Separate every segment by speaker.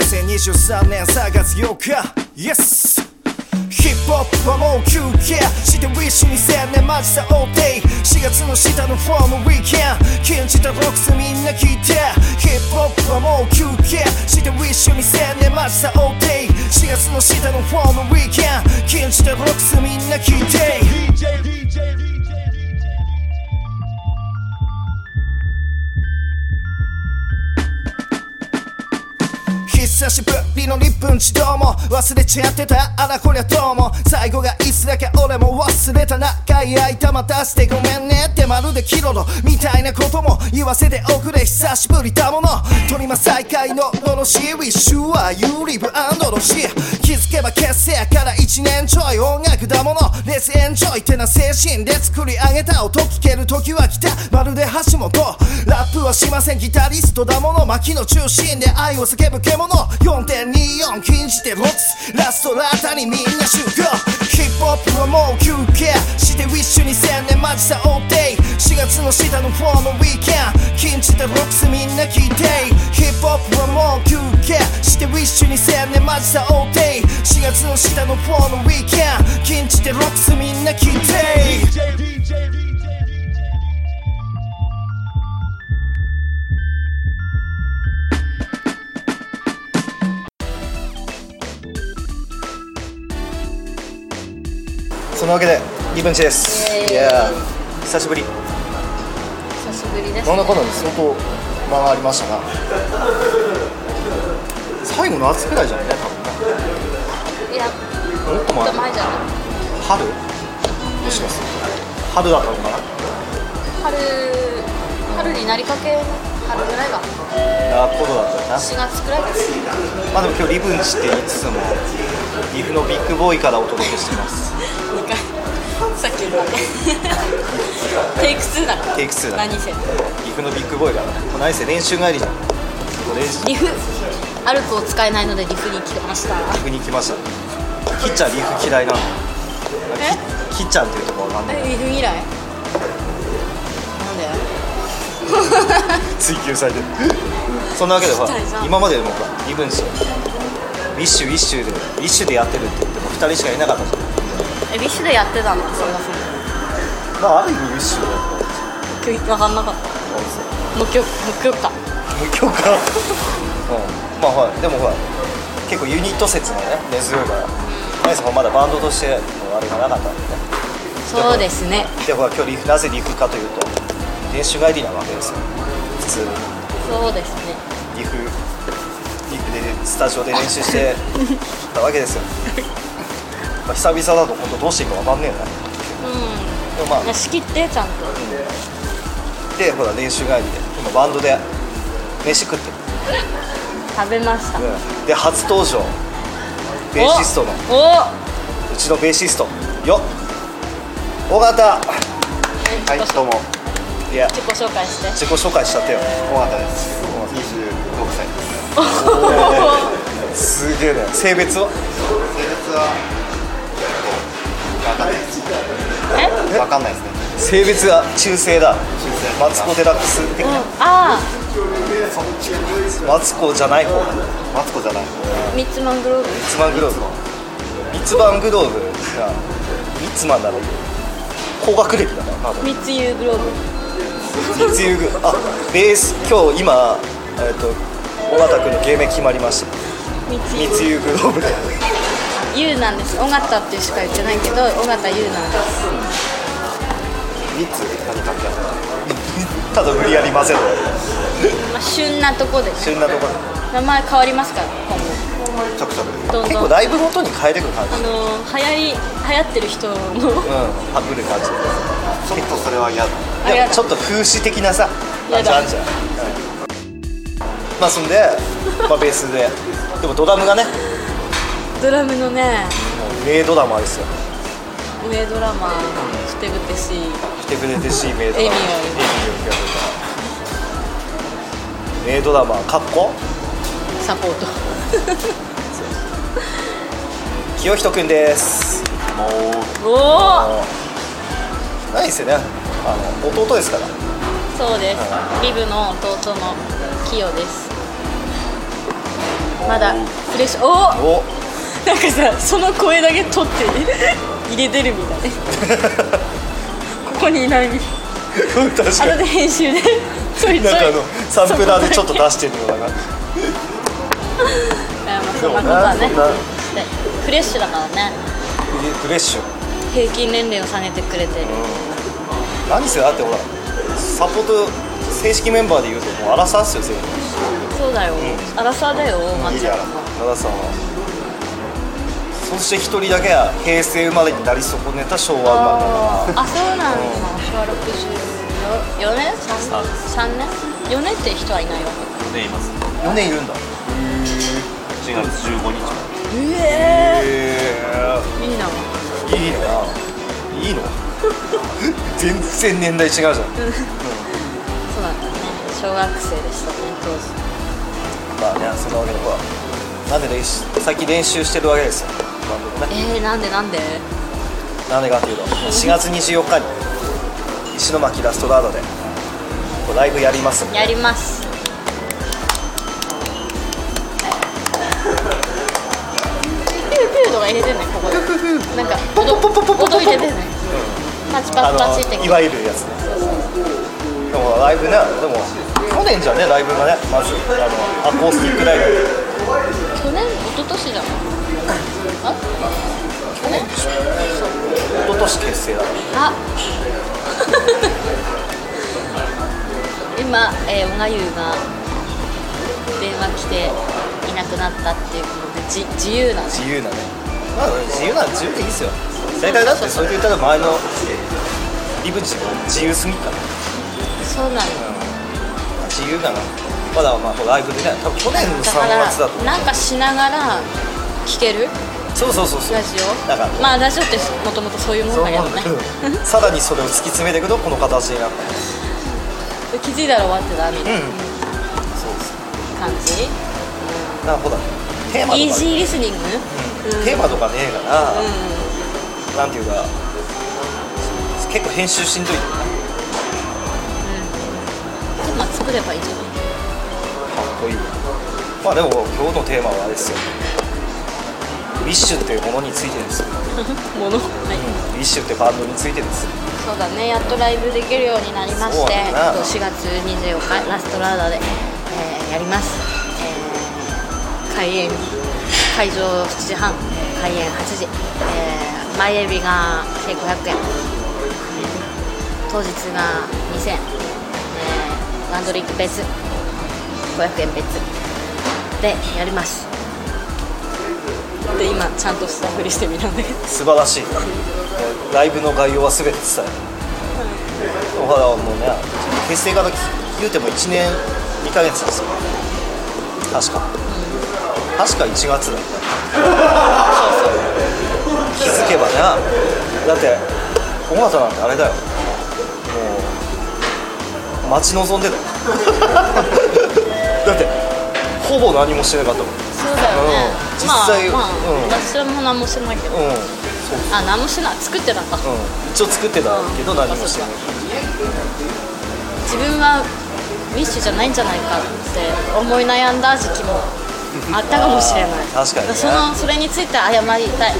Speaker 1: 2023年3月8日 Yes ヒップホップはもう休憩してウィッシュ2000年マジさ all day 4月の下のフォームウィーケン禁じたロックスみんな聞いてヒップホップはもう休憩してウィッシュ2000年マジさ all day 4月の下のフォームウィーケン禁じたロックスみんな聞いて久しぶりの日本一どうも忘れちゃってたあらこりゃどうも最後がいつだけ俺も忘れた長い間待たせてごめんねってまるでキロロみたいなことも言わせておくれ久しぶりだもの取りま再会ののろし Wish you are you live and のし気づけば結成から1年ちょい音楽だもの Let's enjoy ってな精神で作り上げた音聞ける時は来たまるで橋本ラップはしませんギタリストだもの巻きの中心で愛を叫ぶ獣4.24禁じて持つラストラータにみんな集合ヒップホップはもう休憩してウィッシュ2000年マジさ all day 4月の下のフォームウィーケン禁じてロックスみんな聞いてヒップホップはもう休憩してウィッシュ2000年マジさ all day 4月の下のフォームウィーケン禁じてロックスみんな聞いてそのわけでリブンチです
Speaker 2: イエーイ
Speaker 1: いやー久しぶり
Speaker 2: 久しぶりです
Speaker 1: なんだかんだで相当間がありましたが最後の夏くらいじゃないね
Speaker 2: いや
Speaker 1: 多分もっと
Speaker 2: ちょっ
Speaker 1: 前
Speaker 2: と前じゃない
Speaker 1: 春もしかすると春だったのかな
Speaker 2: 春春になりかけ春ぐらいが
Speaker 1: ラーコドだったよな
Speaker 2: 4月くらいです
Speaker 1: まあでも今日リブンチって言いつつも岐阜のビッグボーイからお届けしてます
Speaker 2: 2回さっき言った ねテイク2だから
Speaker 1: テイク2だ
Speaker 2: 何せ
Speaker 1: 岐阜のビッグボーイからこのせ練習帰りじゃん練習
Speaker 2: リフアルクを使えないのでリフに来ました
Speaker 1: 岐阜に来ましたキッちゃんリーフ嫌いなの
Speaker 2: え
Speaker 1: キッちゃんっていうとこわかんない
Speaker 2: リフ以来なんだよ
Speaker 1: 追求されてる そんなわけでほら
Speaker 2: キッちゃん
Speaker 1: 今まででもほらリブンチウィッシュウィッシュでウィッシュでやってるって言っても2人しかいなかったじゃん
Speaker 2: えビッシュでやってたのそれがそ
Speaker 1: まあある意味ウィッシュだよ
Speaker 2: う分かんなかった無許無許可
Speaker 1: 無許可うんまあはいでもほら結構ユニット説がね根強いからマイさんもまだバンドとしてのあれがなかったんでね
Speaker 2: そうですね
Speaker 1: でほら今日リフなぜリフかというと練習帰りなわけですよ普通
Speaker 2: そうですね
Speaker 1: リフリフでスタジオで練習してたわけですよまあ久々だと本当どうしていいか分かんねえよね
Speaker 2: う
Speaker 1: でもまあ
Speaker 2: んいや仕切ってちゃんと
Speaker 1: でほら練習帰りで今バンドで飯食ってる
Speaker 2: 食べました
Speaker 1: で初登場ベーシストの
Speaker 2: おお
Speaker 1: うちのベーシストよっ尾形は
Speaker 2: はい
Speaker 1: どうもいや
Speaker 2: 自己紹介して
Speaker 1: 自己紹介しちゃったよ尾形です
Speaker 3: 26歳です
Speaker 1: すげえね性別は
Speaker 3: 性別は分か
Speaker 2: え
Speaker 3: んないです分かんないですね
Speaker 1: 性別は中性だ
Speaker 3: 中性
Speaker 1: マツコデラックス的
Speaker 2: うん
Speaker 1: な
Speaker 2: ああ
Speaker 1: マツコじゃない方
Speaker 3: マツコじゃない
Speaker 2: ミッツマングローブ
Speaker 1: ミッツマングローブミッツマングローブがミッツマンだね高学歴だなまだ
Speaker 2: ミッツユーグローブ
Speaker 1: 密輸具あベース今日今えっと尾形君の芸名決まりました
Speaker 2: ミッツユ
Speaker 1: 密輸グローブで
Speaker 2: ーユーなんです尾形ってしか言ってないけど尾形ユーなんです
Speaker 3: 三つ何かけ
Speaker 1: ただ無理やり混ぜろ
Speaker 2: まあ旬なとこで
Speaker 1: 旬なところ
Speaker 2: 名前変わりますから今
Speaker 3: ちょくちょ
Speaker 2: 後
Speaker 3: く
Speaker 2: どん
Speaker 1: 結
Speaker 2: ど
Speaker 1: 構
Speaker 2: んあ
Speaker 1: ライブごとに変えてく感じ
Speaker 2: のー流行り流行ってる人の
Speaker 1: うん、ハブる感じ
Speaker 3: ちょっとそれは嫌だ
Speaker 2: あ
Speaker 1: で
Speaker 2: れ
Speaker 1: もちょっと風刺的なさ感じ
Speaker 2: やだ
Speaker 1: あんじゃん、うんまあそんで、まあ、ベースででもドラムがね
Speaker 2: ドラムのね
Speaker 1: 名ドラマーですよ
Speaker 2: 上ドラマふてぶてしい
Speaker 1: 来てくれて し名ドラマー
Speaker 2: エミを
Speaker 1: エミを名ドラマーかっこ
Speaker 2: サポート
Speaker 1: 清人くんです
Speaker 3: もう
Speaker 2: おお
Speaker 1: ないですよねあの弟ですから
Speaker 2: そうですビブの弟のキヨですまだフレッシュおお
Speaker 3: お
Speaker 2: なんかさその声だけ取って 入れてるみたいここにいないみたい
Speaker 3: 確か
Speaker 2: 後で編集でそい
Speaker 3: に
Speaker 2: つ
Speaker 3: なんかあのサンプラーでちょっと出してるのかな
Speaker 2: そんなことはね
Speaker 3: でもなそんな
Speaker 2: フレッシュだからね
Speaker 3: フレッシュ
Speaker 2: 平均年齢を下げてくれてる
Speaker 3: 何せだってほらサポート正式メンバーで言うともうアラサーっすよ全部
Speaker 2: そうだよ、アラサーだよ
Speaker 3: い
Speaker 2: 松
Speaker 3: や
Speaker 2: 山
Speaker 3: 奈良さんはそして一人だけは平成生まれになり損ねた昭和生まれだな
Speaker 2: あーあそうなんだ小学64年3年4年って人はいないわ
Speaker 4: でいます
Speaker 3: 4年いるんだ
Speaker 4: 4月15日
Speaker 2: けえ
Speaker 3: へ
Speaker 2: えいいな
Speaker 3: えいいないいの全然年代違うじゃん
Speaker 2: そうだったね小学生でしたね当時
Speaker 3: まあねそんなわけでほらなんで練習最近練習してるわけですよバンドもね
Speaker 2: えー、なんでなんで
Speaker 3: なんでかっていうと4月24日に石巻ラストラードでこうライブやりますんで
Speaker 2: やりますピューピューとか入れてんねここでなんか
Speaker 3: ポンポンポンポンポンポン
Speaker 2: 音入れてんねパチパチパチって
Speaker 3: いわゆるやつねでもライブねでも去年じゃねライブがねまずあのアコースティックライブ
Speaker 2: 去年一昨年じゃんあ去年
Speaker 3: 一昨年結成だから
Speaker 2: あ 今、えー、小賀優が電話来ていなくなったっていうことでじ自由なの
Speaker 3: 自由なねまあ自由なら自由でいいですよ大体だってそれで言ったら周りのリブチも自由すぎっから
Speaker 2: そうなの
Speaker 3: 自由だなまだまあこうライブでね多分去年の3
Speaker 2: だか
Speaker 3: 月だと
Speaker 2: らなんかしながら聴ける
Speaker 3: そうそうそうそう
Speaker 2: ラジオ
Speaker 3: だから
Speaker 2: まあラジオってもともとそういうも
Speaker 3: そ
Speaker 2: ん
Speaker 3: う
Speaker 2: だけ
Speaker 3: 思
Speaker 2: ど
Speaker 3: うんだ
Speaker 2: ね
Speaker 3: け どさらにそれを突き詰めていくとこの形になった
Speaker 2: 気づいたら終わってたみたい
Speaker 3: うんそうです
Speaker 2: な感じ、
Speaker 3: なるほどテーマ
Speaker 2: イー
Speaker 3: とか
Speaker 2: ジ
Speaker 3: ね
Speaker 2: ーリスニング、うん
Speaker 3: テーマとかねえかな、
Speaker 2: う
Speaker 3: なんていうか結構編集しんどいよね
Speaker 2: んまあ作ればいいじゃない
Speaker 3: かっこいいまあでも今日のテーマはあれですよウィッシュっていうものについてですよ
Speaker 2: もの、はい
Speaker 3: ウィッシュってバンドについてです
Speaker 2: そうだねやっとライブできるようになりまし
Speaker 3: そう
Speaker 2: て、えっ
Speaker 3: だね
Speaker 2: と4月24日ラストラーダで、えーやります、えー開演会場7時半開演8時、えー前エビが1500円当日が2000円、えーワンドリンク別500円別でやりますで今ちゃんとしたふりしてみたんだけど
Speaker 3: 素晴らしいライブの概要は全て伝えるお肌はもうね結成から言うても1年2ヶ月なんですよ確か確か1月だった気づけばねだって小形なんてあれだよもう待ち望んでたよだってほぼ何もしてなかったもん
Speaker 2: そうだよね、
Speaker 3: うん
Speaker 2: まあ
Speaker 3: 実際
Speaker 2: まあ、
Speaker 3: うん
Speaker 2: 私も何もしてないけど、
Speaker 3: うんそう
Speaker 2: あ何もしてない作ってなかった、
Speaker 3: うん、一応作ってたけど何もしてない
Speaker 2: 自分はウィッシュじゃないんじゃないかって思い悩んだ時 期もあったかもしれない
Speaker 3: あー確かにね
Speaker 2: そのそれについて謝りたい、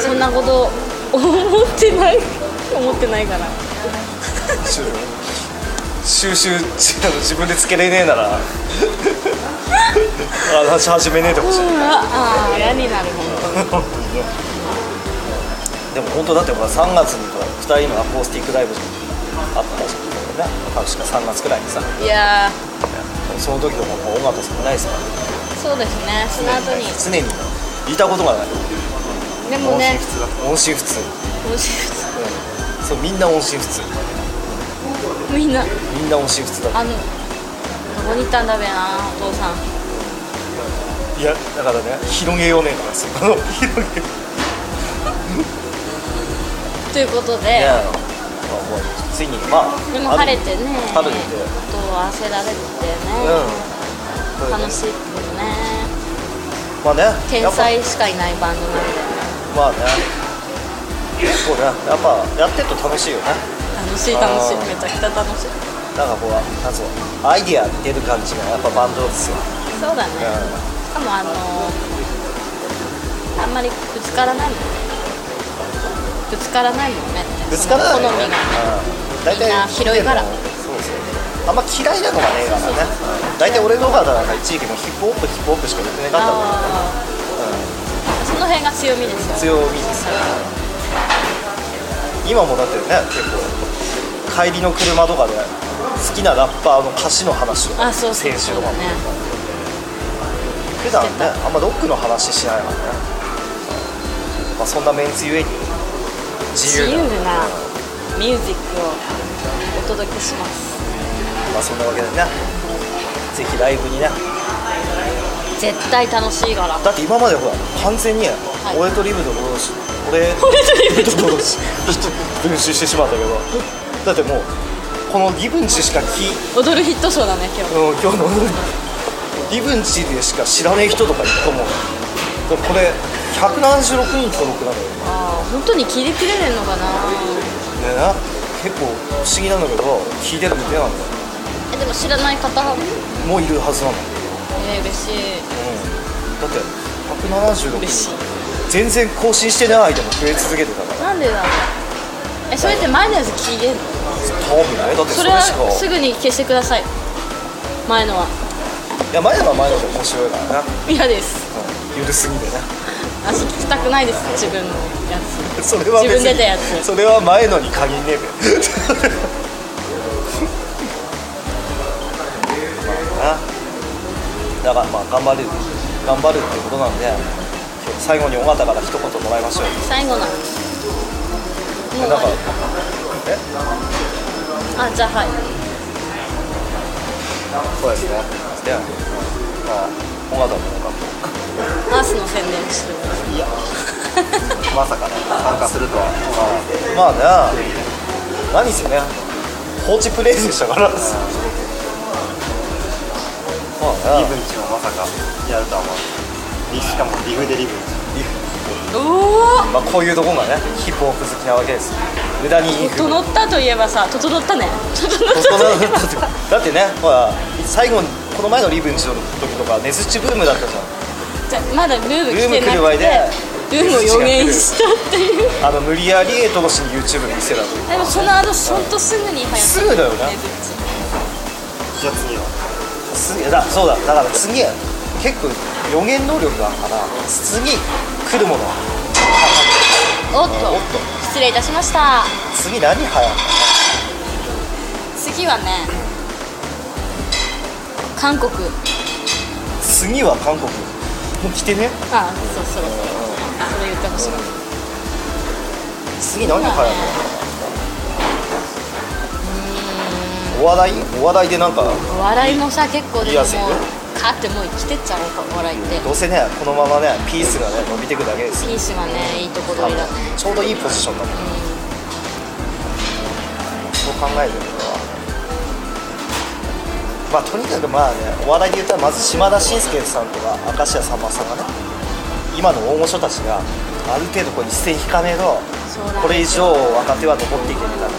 Speaker 2: そんなこと思ってない 思ってないから
Speaker 3: 収集あの自分でつけれねえなら話始めねえでほしい
Speaker 2: ああ嫌になる本
Speaker 3: でも本当だってほら3月にほら2人のアコースティックライブあったじゃんね確か3月くらいにさ
Speaker 2: 当にいや
Speaker 3: その時のもう音楽とかないですからね
Speaker 2: ーそうですねその後に
Speaker 3: 常にいたことがない
Speaker 2: でもね
Speaker 3: 音信不通
Speaker 2: 面白
Speaker 3: そうみんな音信不通
Speaker 2: いみんな
Speaker 3: みんな音信不通だった
Speaker 2: あのどこに行ったんだべなお父さん
Speaker 3: いやだからね広げようねえからその広げ
Speaker 2: ということ
Speaker 3: い
Speaker 2: で
Speaker 3: や、まあ、もうついにまあ
Speaker 2: でも晴れてね
Speaker 3: 晴れて
Speaker 2: と焦られてね、
Speaker 3: う
Speaker 2: 楽しいことね
Speaker 3: まあね
Speaker 2: 天才しかいないバンドなんで
Speaker 3: まあね結構ねやっぱやってると楽しいよね
Speaker 2: 楽しい楽しい
Speaker 3: あー
Speaker 2: めちゃくちゃ楽しい
Speaker 3: なんかこうなんつうのアイディア出る感じがやっぱバンドですよ、
Speaker 2: そうだね
Speaker 3: う
Speaker 2: かもあのあんまりぶつからないもんねぶつからないもんね
Speaker 3: ぶつからない
Speaker 2: その好みが
Speaker 3: うん大体
Speaker 2: みんな広いから
Speaker 3: そうそうあんま嫌いなのがね映画がね大体俺の方が一時期もうヒップホップヒップホップしか言ってなかったもん
Speaker 2: あーその辺が強みですよ
Speaker 3: 強みですよ今もだってね結構帰りの車とかで好きなラッパーの歌詞の話を
Speaker 2: あそうそう
Speaker 3: 選手
Speaker 2: そ
Speaker 3: と
Speaker 2: う
Speaker 3: か
Speaker 2: だ
Speaker 3: も
Speaker 2: ね
Speaker 3: 普段ねあんまロックの話しないからね、まあ、そんなメンツゆえに自
Speaker 2: 自
Speaker 3: 由
Speaker 2: 由
Speaker 3: な
Speaker 2: なミュージックをお届けします
Speaker 3: まあ、そんなわけでねぜひライブにね
Speaker 2: 絶対楽しいから
Speaker 3: だって今までほら完全に
Speaker 2: い
Speaker 3: 俺とリブと同士俺
Speaker 2: 俺とリブ
Speaker 3: と同士分集してしまったけどだってもうこのリブンチしか聞い
Speaker 2: 踊るヒットショーだね今日
Speaker 3: うん今日のリブンチでしか知らねえ人とかいると思うでもこれ176人登録なのよね
Speaker 2: ああ本当に切り切れねんのかな
Speaker 3: な結構不思議なんだけど聞いてるみたいなんだよ
Speaker 2: えでも知らない方も
Speaker 3: もういるはずなの、うん、
Speaker 2: えー、嬉しい
Speaker 3: だって176
Speaker 2: 嬉し
Speaker 3: 人
Speaker 2: い
Speaker 3: 全然更新してない間も増え続けてたから
Speaker 2: なんでだろうえそれって前のやつ消えんの
Speaker 3: 多分ねだってそ
Speaker 2: そ
Speaker 3: れ
Speaker 2: れは
Speaker 3: しか
Speaker 2: すぐに消してください前のはい
Speaker 3: や前のは前ので面白いからな、
Speaker 2: 嫌です
Speaker 3: ゆるすぎてね
Speaker 2: 足聞きたくないです自分のやつ
Speaker 3: それは別に
Speaker 2: 自分で出たやつ
Speaker 3: それは前のに限んねえべまあなだからまあ頑張る頑張るってことなんで今日最後に尾形から一言もらいましょうよ
Speaker 2: 最後なのもう終
Speaker 3: なん
Speaker 2: わ
Speaker 3: か
Speaker 2: りあじゃあはい
Speaker 3: そうですねでまあ尾形もなん
Speaker 2: ナースの宣伝してる
Speaker 3: かいや
Speaker 4: まさかね参加するとは
Speaker 3: まあね何せね放置プレイでしたからまあ
Speaker 4: リ
Speaker 3: ね
Speaker 4: ブンチもまさかやるとは思うしかもリフでリブンチ
Speaker 2: おお
Speaker 3: まあ、こういうとこがねヒップホップ好きなわけです無駄にいい風
Speaker 2: 整ったといえばさ整ったね整っ
Speaker 3: 大
Speaker 2: た
Speaker 3: 人
Speaker 2: といえ
Speaker 3: だ
Speaker 2: ば
Speaker 3: って だってねほら最後にこの前のリブンチの時とかネズッチブームだったじゃ
Speaker 2: じゃあまだルーム来て
Speaker 3: ルーム
Speaker 2: な
Speaker 3: 来る
Speaker 2: く
Speaker 3: 前
Speaker 2: て
Speaker 3: で
Speaker 2: ルームを予言したっていう
Speaker 3: んあの無理やりエトロシに YouTube 見せたの
Speaker 2: でもその後ほんとすぐに流行った
Speaker 3: すぐだよね
Speaker 2: ねず
Speaker 4: じ
Speaker 2: っち
Speaker 4: ゃあ次は
Speaker 3: すげえだそうだだから次結構予言能力があるから次来るもの
Speaker 2: おっと
Speaker 3: おっと
Speaker 2: 失礼いたしました
Speaker 3: 次何流行る
Speaker 2: 次はね韓国
Speaker 3: 次は韓国もう来てね
Speaker 2: あそうそろそろそれ言ってほしい
Speaker 3: 次何流行るのお笑いお笑いでなんか
Speaker 2: お笑いもさ結構で
Speaker 3: い
Speaker 2: も
Speaker 3: や
Speaker 2: もう
Speaker 3: そうよ
Speaker 2: かってもう生きてっちゃうお笑いって
Speaker 3: どうせねこのままねピースがね伸びていくだけですよ
Speaker 2: ピースがねいいとこ取りだね
Speaker 3: ちょうどいいポジションだもんそう考えるとまあとにかくまあねお笑いで言ったらまず島田紳介さんとか明石家さんまさんがね今の大御所たちがある程度こう一線引かねえと
Speaker 2: そうなん
Speaker 3: これ
Speaker 2: で
Speaker 3: 以
Speaker 2: す
Speaker 3: 上
Speaker 2: よ
Speaker 3: 若手は残っていけねえから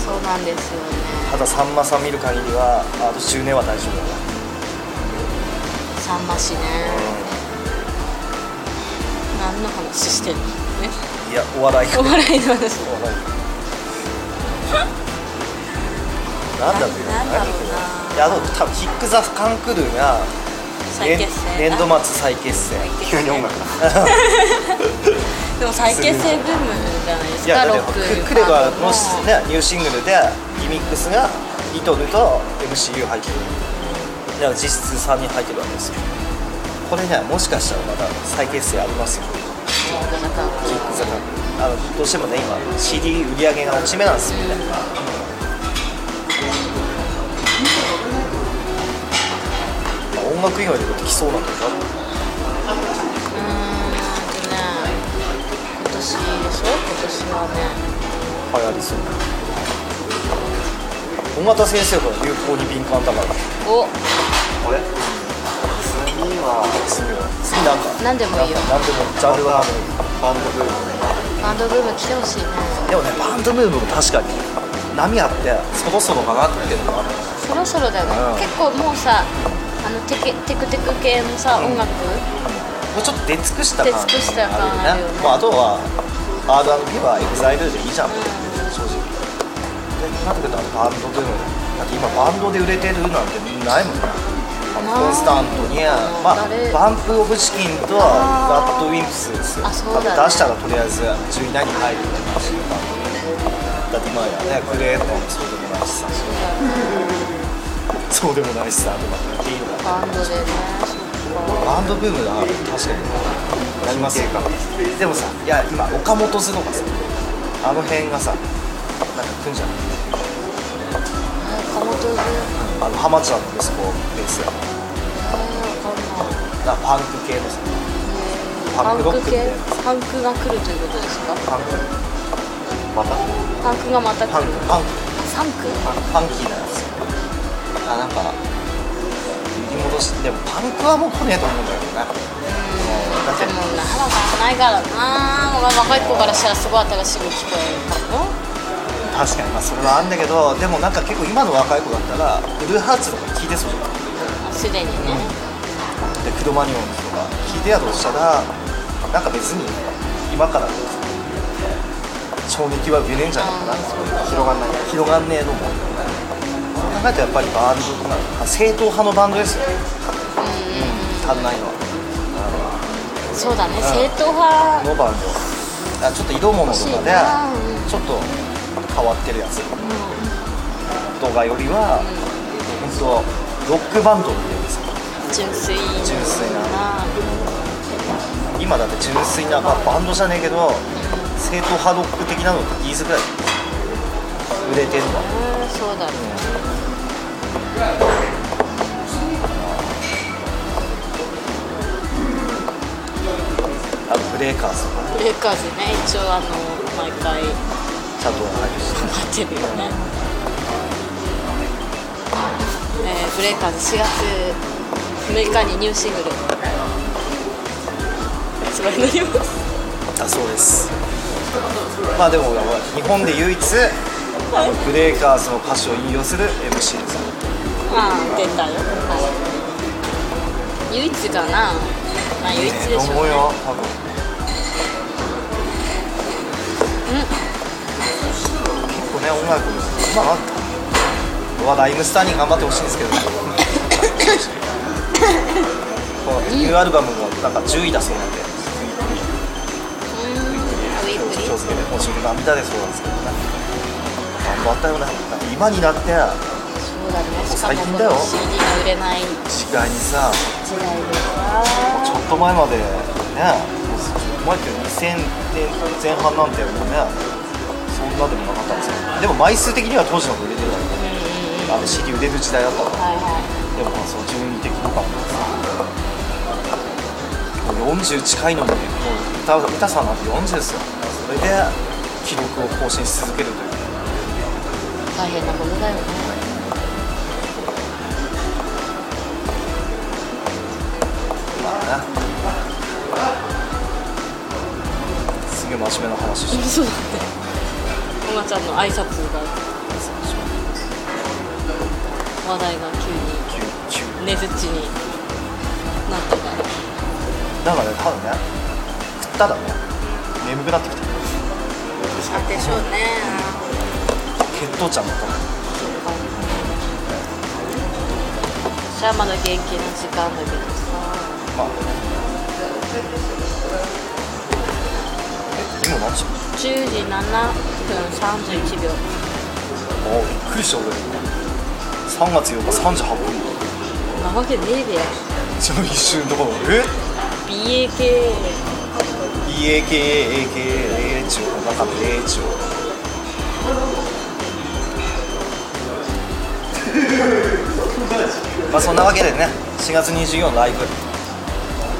Speaker 2: そうなんですよね
Speaker 3: たださんまさん見る限りはあと10年は大丈夫だな
Speaker 2: さんま氏ね何の話してるのね
Speaker 3: いやお笑いか
Speaker 2: お笑いの話
Speaker 3: お笑いなんだろうね
Speaker 2: なんだろう
Speaker 3: いやでも多分キック・ザ・カンクルーが
Speaker 2: 再
Speaker 3: 年
Speaker 2: 結成
Speaker 3: 年度末再結成
Speaker 4: 急に音楽だ
Speaker 2: でも再結成ブームじゃないです
Speaker 3: いや
Speaker 2: か
Speaker 3: だ
Speaker 2: ロ
Speaker 3: って
Speaker 2: ック
Speaker 3: ククレバーの
Speaker 2: もう
Speaker 3: ねニューシングルでリミックスがリトルと MCU 入ってるだから実質3人入ってるわけですよこれねもしかしたらまだ再結成ありますよ
Speaker 2: なんか
Speaker 3: キック・ザ・カンクルーあのどうしてもね今 CD 売り上げが落ち目なんですよねまあ音楽以外でもできそうなんだけど
Speaker 2: うーんとね今年でしょ今年はね
Speaker 3: 流行りそう尾形先生が流行に敏感だから
Speaker 2: お
Speaker 4: これ次は
Speaker 3: 次は次なんか
Speaker 2: 何でもいいよ
Speaker 3: なんかなんでもジャンルは何でもい
Speaker 4: バンドブーム
Speaker 2: バンドブーム来てほしいね
Speaker 3: いでもねバンドムーブも確かに波あってそろそろかなっていうのがある
Speaker 2: そろそろだよね、
Speaker 3: うん
Speaker 2: 結構もうさ
Speaker 5: あのテケテクテク系のさ音楽
Speaker 3: もうちょっと出尽くした感
Speaker 5: 出尽くした感あ
Speaker 3: あ
Speaker 5: る
Speaker 3: るよ
Speaker 5: よね
Speaker 3: ねもうあとは R&B は EXILE でいいじゃん、正直でなってくるとバンドブームだって今バンドで売れてるなんてないもんね
Speaker 5: あー
Speaker 3: コンスタントにまあ
Speaker 5: 誰、
Speaker 3: バンプ・オブ・チキンとはラッドウィンプスですよ
Speaker 5: あそうだね
Speaker 3: って出したらとりあえず10位以内に入るって話だっただって今やねグレーとかもそうでもないしさそうでもないしさとかっていいのか
Speaker 5: バンドでね
Speaker 3: バンドブームだ確かになりますよでもさいや今岡本図とかさあの辺がさなんか来んじゃない
Speaker 5: 岡本図
Speaker 3: あの浜ちゃんの息子ベースや
Speaker 5: えーわかんない
Speaker 3: なパンク系のさパンクロ
Speaker 5: パン
Speaker 3: ッ
Speaker 5: ク
Speaker 3: クみたい
Speaker 5: 系
Speaker 3: な
Speaker 5: パンクが来るということですか
Speaker 3: パンク
Speaker 1: また
Speaker 5: パンクがまた
Speaker 3: パ
Speaker 5: 来
Speaker 3: ン
Speaker 5: る
Speaker 3: クパンク
Speaker 5: サンク
Speaker 3: パンキーなやつあなんか売り戻しでもパンクはもう来ねえと思うんだけどねだって
Speaker 5: でもなかなかないからな若い子からしたらすごい新しいに聞こえるかも
Speaker 3: 確かにまあそれはあんだけどでもなんか結構今の若い子だったらブルーハーツとか聞いてそうじゃん
Speaker 5: すでにね
Speaker 3: でクロマニオンズとか聞いてやろうとしたらなんか別に今から衝撃は受けねえんじゃないかな広がんない広がんねえと思うよねそう考えたらやっぱりバンドなの正統派のバンドですよ足んないのは
Speaker 5: そうだね正統派
Speaker 3: のバンドあちょっと色物とか
Speaker 5: 欲しい
Speaker 3: で
Speaker 5: な
Speaker 3: ちょっと変わってるやつ動画よりは本当ロックバンドっていうんですよ
Speaker 5: 純粋
Speaker 3: 純粋な
Speaker 5: な
Speaker 3: 今だって純粋な、まあ、バンドじゃねえけど正統派ロック的なのって言いづらい売れてるのは
Speaker 5: うんそうだね
Speaker 3: あとブレーカーズとか
Speaker 5: ブレイカーズね一応あの毎回
Speaker 3: ちゃんと入るし
Speaker 5: 待ってるよね、えーブレイカーズ4月6日にニューシングル発売になります
Speaker 3: だそうですまあでも日本で唯一あのブレーカーズの歌詞を引用する MC です
Speaker 5: まあ出たよ、はい唯一かなまあ唯一でし
Speaker 3: と
Speaker 5: ょ
Speaker 3: 思
Speaker 5: う
Speaker 3: う
Speaker 5: ね
Speaker 3: よ多分結構ね音楽まあ僕はライムスターに頑張ってほしいんで すけどこうニューアルバムもなんか10位だそうなんで
Speaker 5: ウィークリ
Speaker 3: 気
Speaker 5: ー
Speaker 3: をつけてもう自分涙出そうなんですけどね頑張ったよなだって今になって
Speaker 5: そうだねしか
Speaker 3: 最
Speaker 5: も
Speaker 3: 近だ
Speaker 5: こ
Speaker 3: よ
Speaker 5: の CD が売れない
Speaker 3: 時代にさ
Speaker 5: 時代でさ
Speaker 3: ちょっと前までねもうちょっと前っていうの2000年前半なんてもうねそんなでもなかったんですよでも枚数的には当時の方が売れてるだろうねあの CD 売れる時代だったから
Speaker 5: はいはい
Speaker 3: でもまあその順位的とかももう40近いのにもう歌う歌さんなんて40ですよそれで記録を更新し続けるという
Speaker 5: 大変なことだよね
Speaker 3: まあねすげえ真面目な話してる
Speaker 5: そうだねおまちゃんの挨拶が話題が急に
Speaker 3: 急急
Speaker 5: ねづっちになってた
Speaker 3: なんかね、多分ね、食ったらね、眠くなってきた。
Speaker 5: あでしょうね
Speaker 3: 血糖値上がったもん。
Speaker 5: じゃあまだ元気な時間だけどさ
Speaker 3: まあ。え、今何時？
Speaker 5: 10時7分31秒
Speaker 3: おびっくりした俺。三月8日三時八分。
Speaker 5: なわけねえでや
Speaker 3: ちょ一瞬どころ。え
Speaker 5: BAK
Speaker 3: ？E A K A A K A A H O なんか A H O。まあそんなわけでね、4月24のライブ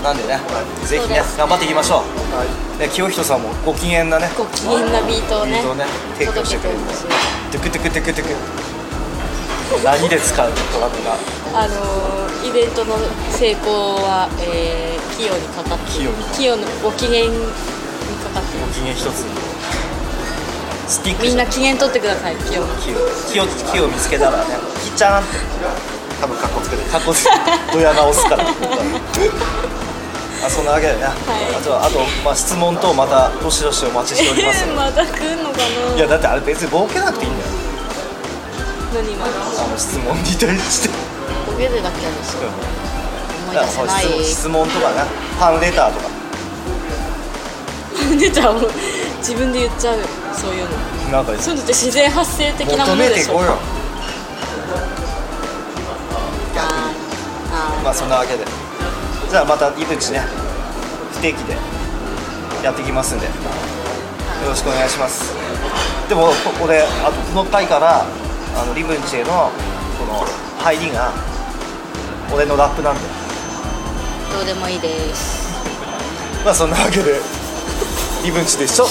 Speaker 3: なんでね、ぜひね
Speaker 5: そうですね
Speaker 3: 頑張っていきましょう。ね、清人さんもご機嫌なね、
Speaker 5: ご機嫌なビートを
Speaker 3: ビ
Speaker 5: ね
Speaker 3: ートをね提供
Speaker 5: 届
Speaker 3: して
Speaker 5: け
Speaker 3: く
Speaker 5: て
Speaker 3: れ
Speaker 5: ほ
Speaker 3: る
Speaker 5: しい
Speaker 3: トゥクトゥクトゥクトゥク。何で使うドラムが
Speaker 5: あのーイベントの成功は、えー、キヨにかかって
Speaker 3: キヨ
Speaker 5: る
Speaker 3: に
Speaker 5: キヨのご機嫌にかかってる
Speaker 3: ご機嫌一つに。スティック
Speaker 5: みん
Speaker 3: じゃ
Speaker 5: な機嫌取ってくださいキヨ
Speaker 3: 木を木を木を見つけたらね、キちゃんって
Speaker 4: 多分カッコつけてる
Speaker 3: かっこつけドヤ直すからあそんなわけでね、あとはあと、まあ、質問とまたどしどしお待ちしており ます
Speaker 5: また来んのかない
Speaker 3: やだってあれ別にボケなくていいんだよ
Speaker 5: 何今 の
Speaker 3: あの質問に対して
Speaker 2: ボケるだけですよ思い出せない
Speaker 3: そう質問質問とかねファンレターとか
Speaker 5: 出ちゃう自分で言っちゃうそういう
Speaker 3: な
Speaker 5: の
Speaker 3: んか
Speaker 5: そういうのって自然発生的な
Speaker 3: 求
Speaker 5: もの
Speaker 3: め
Speaker 5: で
Speaker 3: て
Speaker 5: しょ
Speaker 3: こいよ
Speaker 2: あー
Speaker 3: まあそんなわけでじゃあまた井口ね不定期でやってきますんでよろしくお願いしますでもここであとこの回からあのリブンチへのこの入りが俺のラップなんで
Speaker 2: どうでもいいです
Speaker 3: まあそんなわけでリブンチでしょ